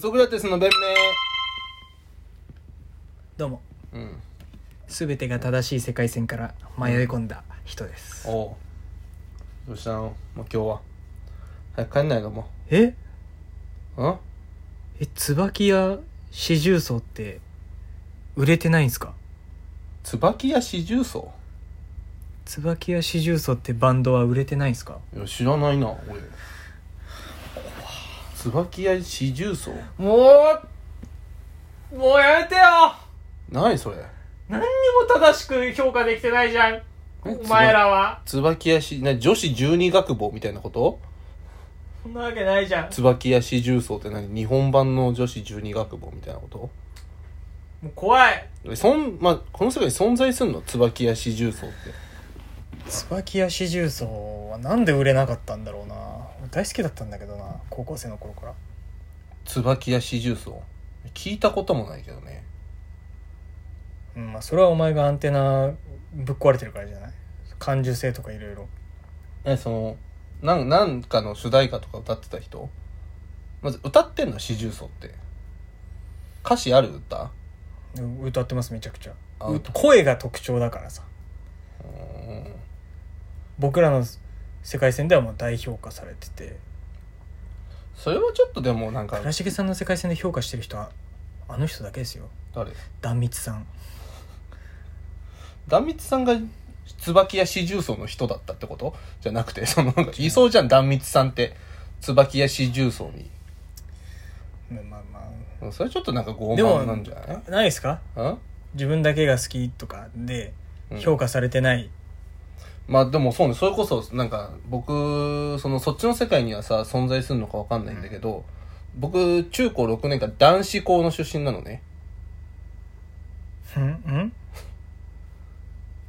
ソクラテスの弁どうも明うん全てが正しい世界線から迷い込んだ人です、おうどうしたのもう今日は早く帰んないのもえううんえ椿屋四重奏って売れてないんすか椿屋四重奏椿屋四重奏ってバンドは売れてないんすかいや知らないな俺椿屋四重奏もうもうやめてよ何それ何にも正しく評価できてないじゃんえお前らは椿屋四な女子十二学坊みたいなことそんなわけないじゃん椿屋四重奏って何日本版の女子十二学坊みたいなこともう怖いえそん、まあ、この世界に存在すんの椿屋四重奏って椿屋四重奏はなんで売れなかったんだろうな大好きだったんだけどな高校生の頃から椿屋四重奏聞いたこともないけどねうんまあそれはお前がアンテナぶっ壊れてるからじゃない感受性とかいろいろえそのなんなんかの主題歌とか歌ってた人まず歌ってんの四重奏って歌詞ある歌う歌ってますめちゃくちゃあう声が特徴だからさうーん僕らの世界線ではもう大評価されててそれはちょっとでもなんか倉重さんの世界線で評価してる人はあの人だけですよ誰壇蜜さん壇蜜さんが椿屋四重奏の人だったってことじゃなくてそのなんかいそうじゃん壇蜜さんって椿屋四重奏にまあまうんそれちょっとなんか傲あでも慢なんじゃないないですかうん自分だけが好きとかでうん評価されてない、まあでもそうねそれこそなんか僕そのそっちの世界にはさ存在するのかわかんないんだけど、僕中高6年間男子校の出身なのねうん、うん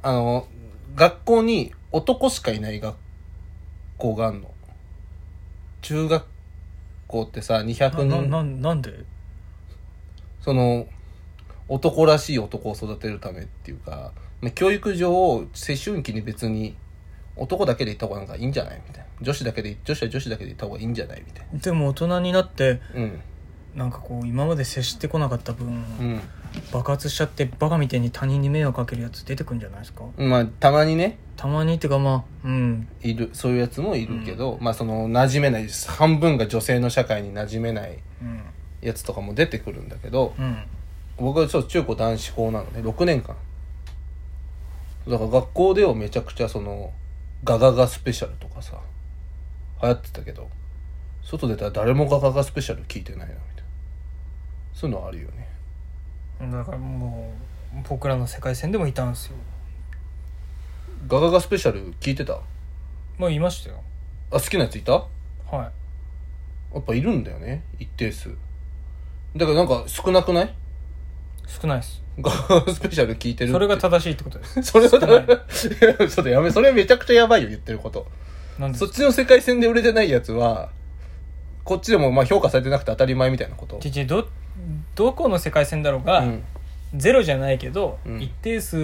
あの学校に男しかいない学校があんの中学校ってさ200なな人ななんでその男らしい男を育てるためっていうかまあ教育上思春期に別に男だけで行った方がなんかいいんじゃないみたいな女子だけで女子は女子だけで行った方がいいんじゃないみたいでも大人になってなうんなんかこう今まで接してこなかった分、うん爆発しちゃってバカみたいに他人に迷惑かけるやつ出てくんじゃないですかまあたまにねたまにっていうかまあうんいるそういうやつもいるけど、まあその馴染めない半分が女性の社会に馴染めないうんやつとかも出てくるんだけどうん僕はそう中高男子校なのね6年間だから学校ではめちゃくちゃそのガガガスペシャルとかさ流行ってたけど外出たら誰もガガガスペシャル聞いてないなみたいなそういうのあるよねだからもう僕らの世界線でもいたんですよガガガスペシャル聞いてたあまあいましたよ好きなやついたはいやっぱいるんだよね一定数だからなんか少なくない 少ないですガガガスペシャル聞いてるそれがた正しいってことですそれは少ないたちょっとや めそれめちゃくちゃやばいよ言ってることなんでそっちの世界線で売れてないやつはこっちでもまあ評価されてなくて当たり前みたいなことちちどどこの世界線だろうが、うんゼロじゃないけど、うん一定数う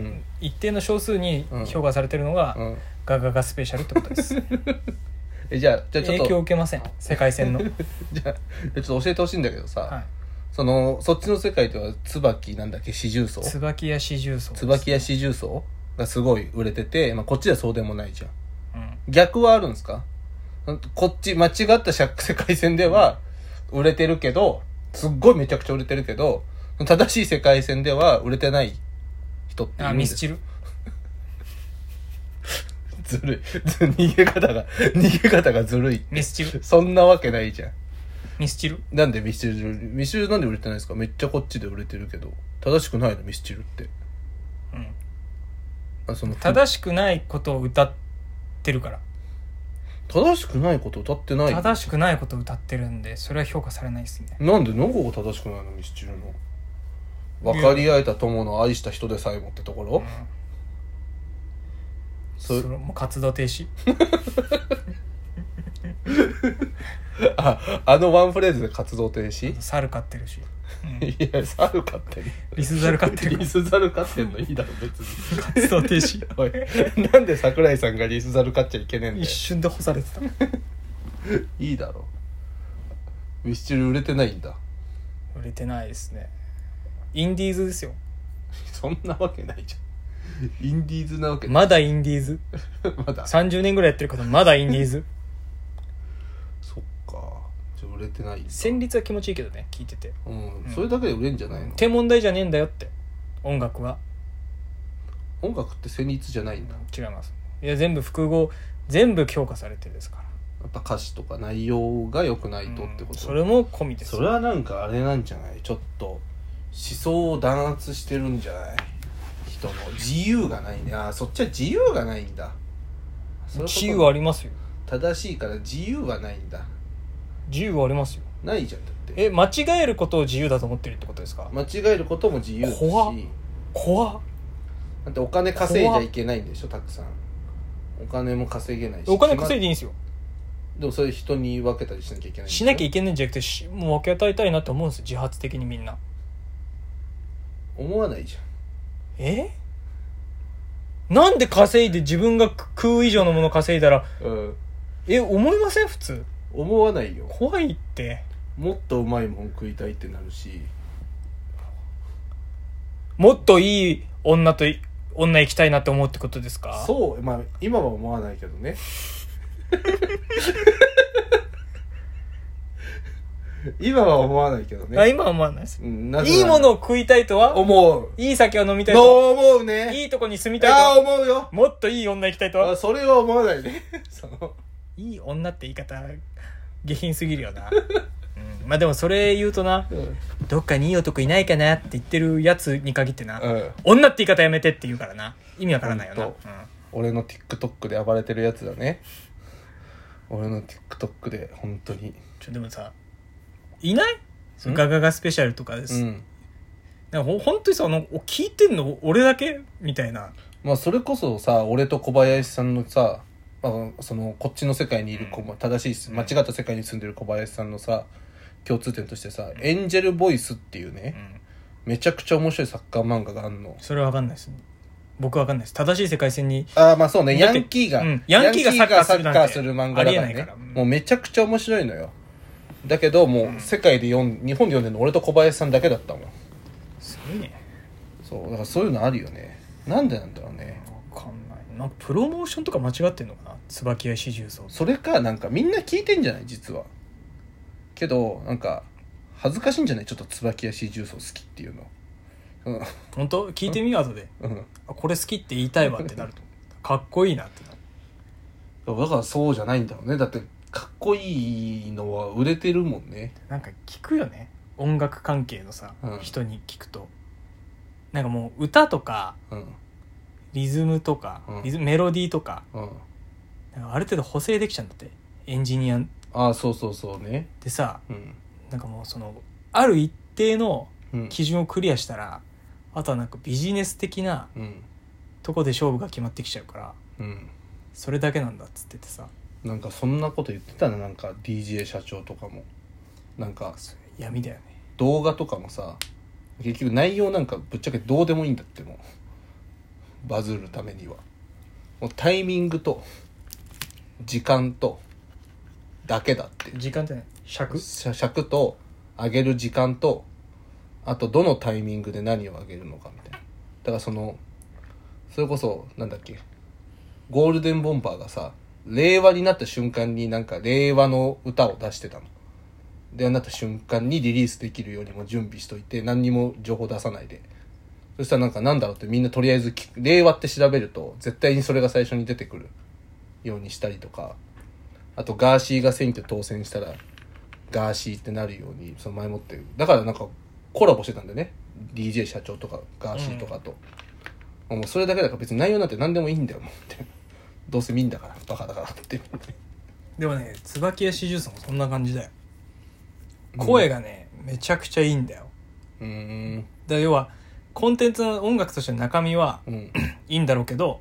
ん一定の少数に評価されてるのが、うんガガガスペシャルってこ とですえじゃあじゃあちょっ影と響を受けません世界 線の、はい、じゃあちょっと教えてほしいんだけどさ、そのそっちの世界では椿なんだっけ四重奏椿屋四重奏です椿屋四重奏がすごい売れてて、まあ、こっちではそうでもないじゃんうん逆はあるんですかこっち間違った社世界線では売れてるけどすっごいめちゃくちゃ売れてるけど正しい世界線では売れてない人っていあるんでミすスチルずるい。ず逃げ方が、逃げ方がずるいって。ミスチルそんなわけないじゃん。ミスチルなんでミスチル、ミスチルなんで売れてないんですかめっちゃこっちで売れてるけど。正しくないのミスチルって。うんあその正しくないことを歌ってるから正しくないこと歌ってない。正しくないことを歌ってるんでそれは評価されないですねなんで何個が正しくないのミスチルの。分かり合えた友の愛した人でさえもってところ、そそれう、もう活動停止あ、あのワンフレーズで活動停止、猿飼ってるし、うんいや、猿飼ってる。リス猿飼ってるリス猿飼ってんのいいだろ、別に。活動停止おい、なんで桜井さんがリスザル飼っちゃいけねえんだ一よ。瞬で干されてたいいだろ。ウィスチル売れてないんだ売れてないですねインディーズですよそんなわけないじゃんインディーズなわけないまだインディーズまだそっ30年ぐらいやってる方まだインディーズかじゃあ売れてないんだ 旋律は気持ちいいけどね聞いててうんうんそれだけで売れんじゃないのって問題じゃねえんだよって音楽は音楽って旋律じゃないんだ違いますいや全部複合全部強化されてるですからやっぱ歌詞とか内容が良くないとってこうんとそれも込みですそれはなんかあれなんじゃないちょっと思想を弾圧してるんじゃない人の自由がないねあーそっちは自由がないんだそういうこと自由はありますよ正しいから自由はないんだ自由はありますよないじゃんだってえ間違えることを自由だと思ってるってことですか、間違えることも自由だし怖っ怖っだってお金稼いじゃいけないんでしょたくさんお金も稼げないしお金稼いいでいいんですよでもそれ人に分けたりしなきゃいけないんでょしなきゃいけないんじゃなくてしもう分け与えたいなって思うんですよ自発的にみんな思わないじゃんえなんで稼いで自分が食食う以上のもの稼いだらうんえ思いません普通思わないよ怖いってもっとうまいもん食いたいってなるしもっといい女とい女行きたいなって思うってことですかそうまあ今は思わないけど ね今は思わないけどあね、今は思わないですうんなぜならいいものを食いたいとは思ういい酒を飲みたいとはの思うねいいとこに住みたいとああは思うよもっといい女行きたいとあはそれは思わないね そのいい女って言い方下品すぎるよな、 うん、まあでもそれ言うとなうんどっかにいい男いないかなって言ってるやつに限ってな、うん女って言い方やめてって言うからな意味わからないよな、うほんんと、俺の TikTok で暴れてるやつだね俺の TikTok で本当にちょでもさいないそのガガガスペシャルとかでうす、んなんかほ本当にさあのお聞いてんの俺だけみたいなまあそれこそさ俺と小林さんのさ、まあ、そのこっちの世界にいる子も正しい間違った世界に住んでる小林さんのさ共通点としてさ「エンジェルボイス」っていううねんめちゃくちゃ面白いサッカー漫画があんのそれは分かんないです僕は分かんないです正しい世界線にああまあそうねだヤってンキーが、うんヤンキーがヤサッカーするなんてサッする漫画だからありえなねいからうんもうめちゃくちゃ面白いのよだけどもう世界で読ん日本で読んでるの俺と小林さんだけだったもんすごいねそうだからそういうのあるよねなんでなんだろうね分かんないなんかプロモーションとか間違ってんのかな椿屋四重奏それかなんかみんな聞いてんじゃない実はけどなんか恥ずかしいんじゃないちょっと椿屋四重奏好きっていうのうん本当聞いてみよう後でうんあこれ好きって言いたいわってなるとかっこいいなってなるだからそうじゃないんだろうねだってかっこいいのは売れてるもんねなんか聞くよね音楽関係のさ、うん人に聞くとなんかもう歌とかうんリズムとか、うんリズムメロディーとかうんなんかある程度補正できちゃうんだってエンジニアっああそうそうそうねてさうんなんかもうそのある一定のうん基準をクリアしたら、あとはなんかビジネス的なうんとこで勝負が決まってきちゃうからうんそれだけなんだっつっててさなんかそんなこと言ってたねなんか DJ 社長とかもなんか闇だよね動画とかもさ結局内容なんかぶっちゃけどうでもいいんだってもうバズるためにはもうタイミングと時間とだけだって時間ってね尺尺尺と上げる時間とあとどのタイミングで何を上げるのかみたいなだからそのそれこそなんだっけゴールデンボンバーがさ令和になった瞬間になんか令和の歌を出してたのでなった瞬間にリリースできるようにも準備しといて何にも情報出さないでそしたらなんかなんだろうってみんなとりあえず聞く令和って調べると絶対にそれが最初に出てくるようにしたりとかあとガーシーが選挙当選したらガーシーってなるようにその前もってだからなんかコラボしてたんだよね DJ 社長とかガーシーとかと、もうそれだけだから別に内容なんて何でもいいんだよもうってどうせ見んだからバカだからってでもね椿屋四重奏もそんな感じだよ声がね、めちゃくちゃいいんだようーんだから要はコンテンツの音楽としての中身はうんいいんだろうけど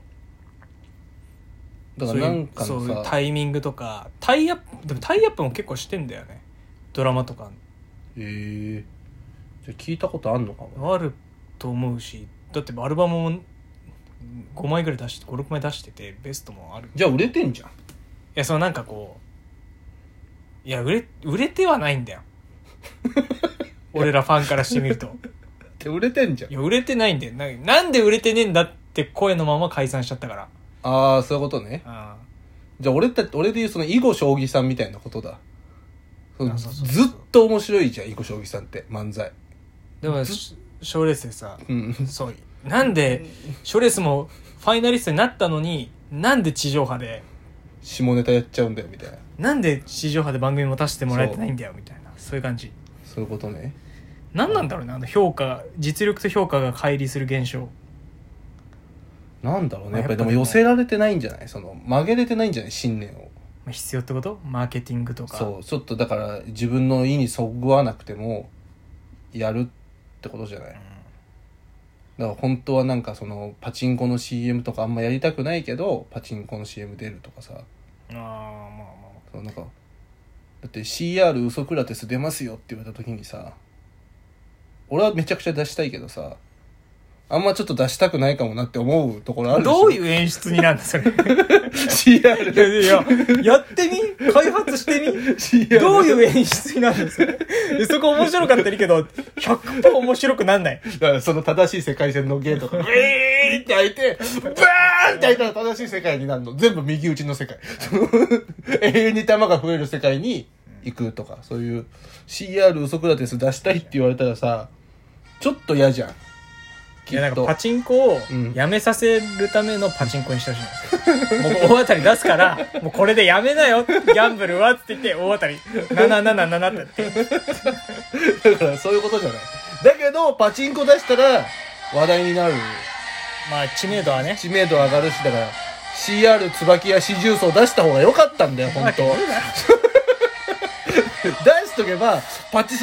だからなんかそうのいうそういうさタイミングとかタイアップでもタイアップも結構してんだよねドラマとかえー、じゃあ聞いたことあんのかもあると思うしだってアルバムも5枚ぐらい出して56枚出しててベストもあるいじゃあ売れてんじゃん やそのなんかこういや売れ売れてはないんだよ俺らファンからしてみるとって売れてんじゃんいや売れてないんだよななんで売れてねえんだって声のまま解散しちゃったかああそういうことねら、じゃあ俺た俺で言うその囲碁将棋さんみたいなことだそのあそうそうそうずっと面白いじゃん囲碁将棋さんって漫才うん、でもし賞レースでさうんそうなんで賞レースもファイナリストになったのになんで地上波で下ネタやっちゃうんだよみたいななんで地上波で番組持たせてもらえてないんだよみたいなそういう感じそういうことね何なんだろうねあの評価実力と評価が乖離する現象なんだろうまあねやっぱりやでっぱもりね寄せられてないんじゃないその曲げれてないんじゃない信念をまあ必要ってことマーケティングとかそうちょっとだから自分の意にそぐわなくてもやるってことじゃない、だから本当はなんかそのパチンコの CM とかあんまやりたくないけどパチンコの CM 出るとかさああまあまそのなんかだって CR ウソクラテス出ますよって言われた時にさ俺はめちゃくちゃ出したいけどさあんまちょっと出したくないかもなって思うところああるでしょどういう演出になるんだそれい CR やいや やってみ開発してみ CR どういう演出になるんです かえそこ面白かったらいいけど100%面白くなんないだから その正しい世界線のゲートが、ウ ィーンって開いて、ブーンって開いたら正しい世界になるの。全部右打ちの世 界。その永遠に弾が増える世界に行くとか、そういう CR ウソクラテス出したいって言われたらさ、ちょっと嫌じゃん。いきやなっんかとパ。チンコをうんやめさせるためのパチンコにしてほしいんですよ、もう大当たり出すからもうこれでやめなよギャンブルはって言って大当たり777って言ってだからそういうことじゃない。だけど、パチンコ出したら話題になる。まあ知名度はね知名度上がるし、だから CR 椿や四重奏出した方が良かったんだよ、本当まあ出しとけば、パチス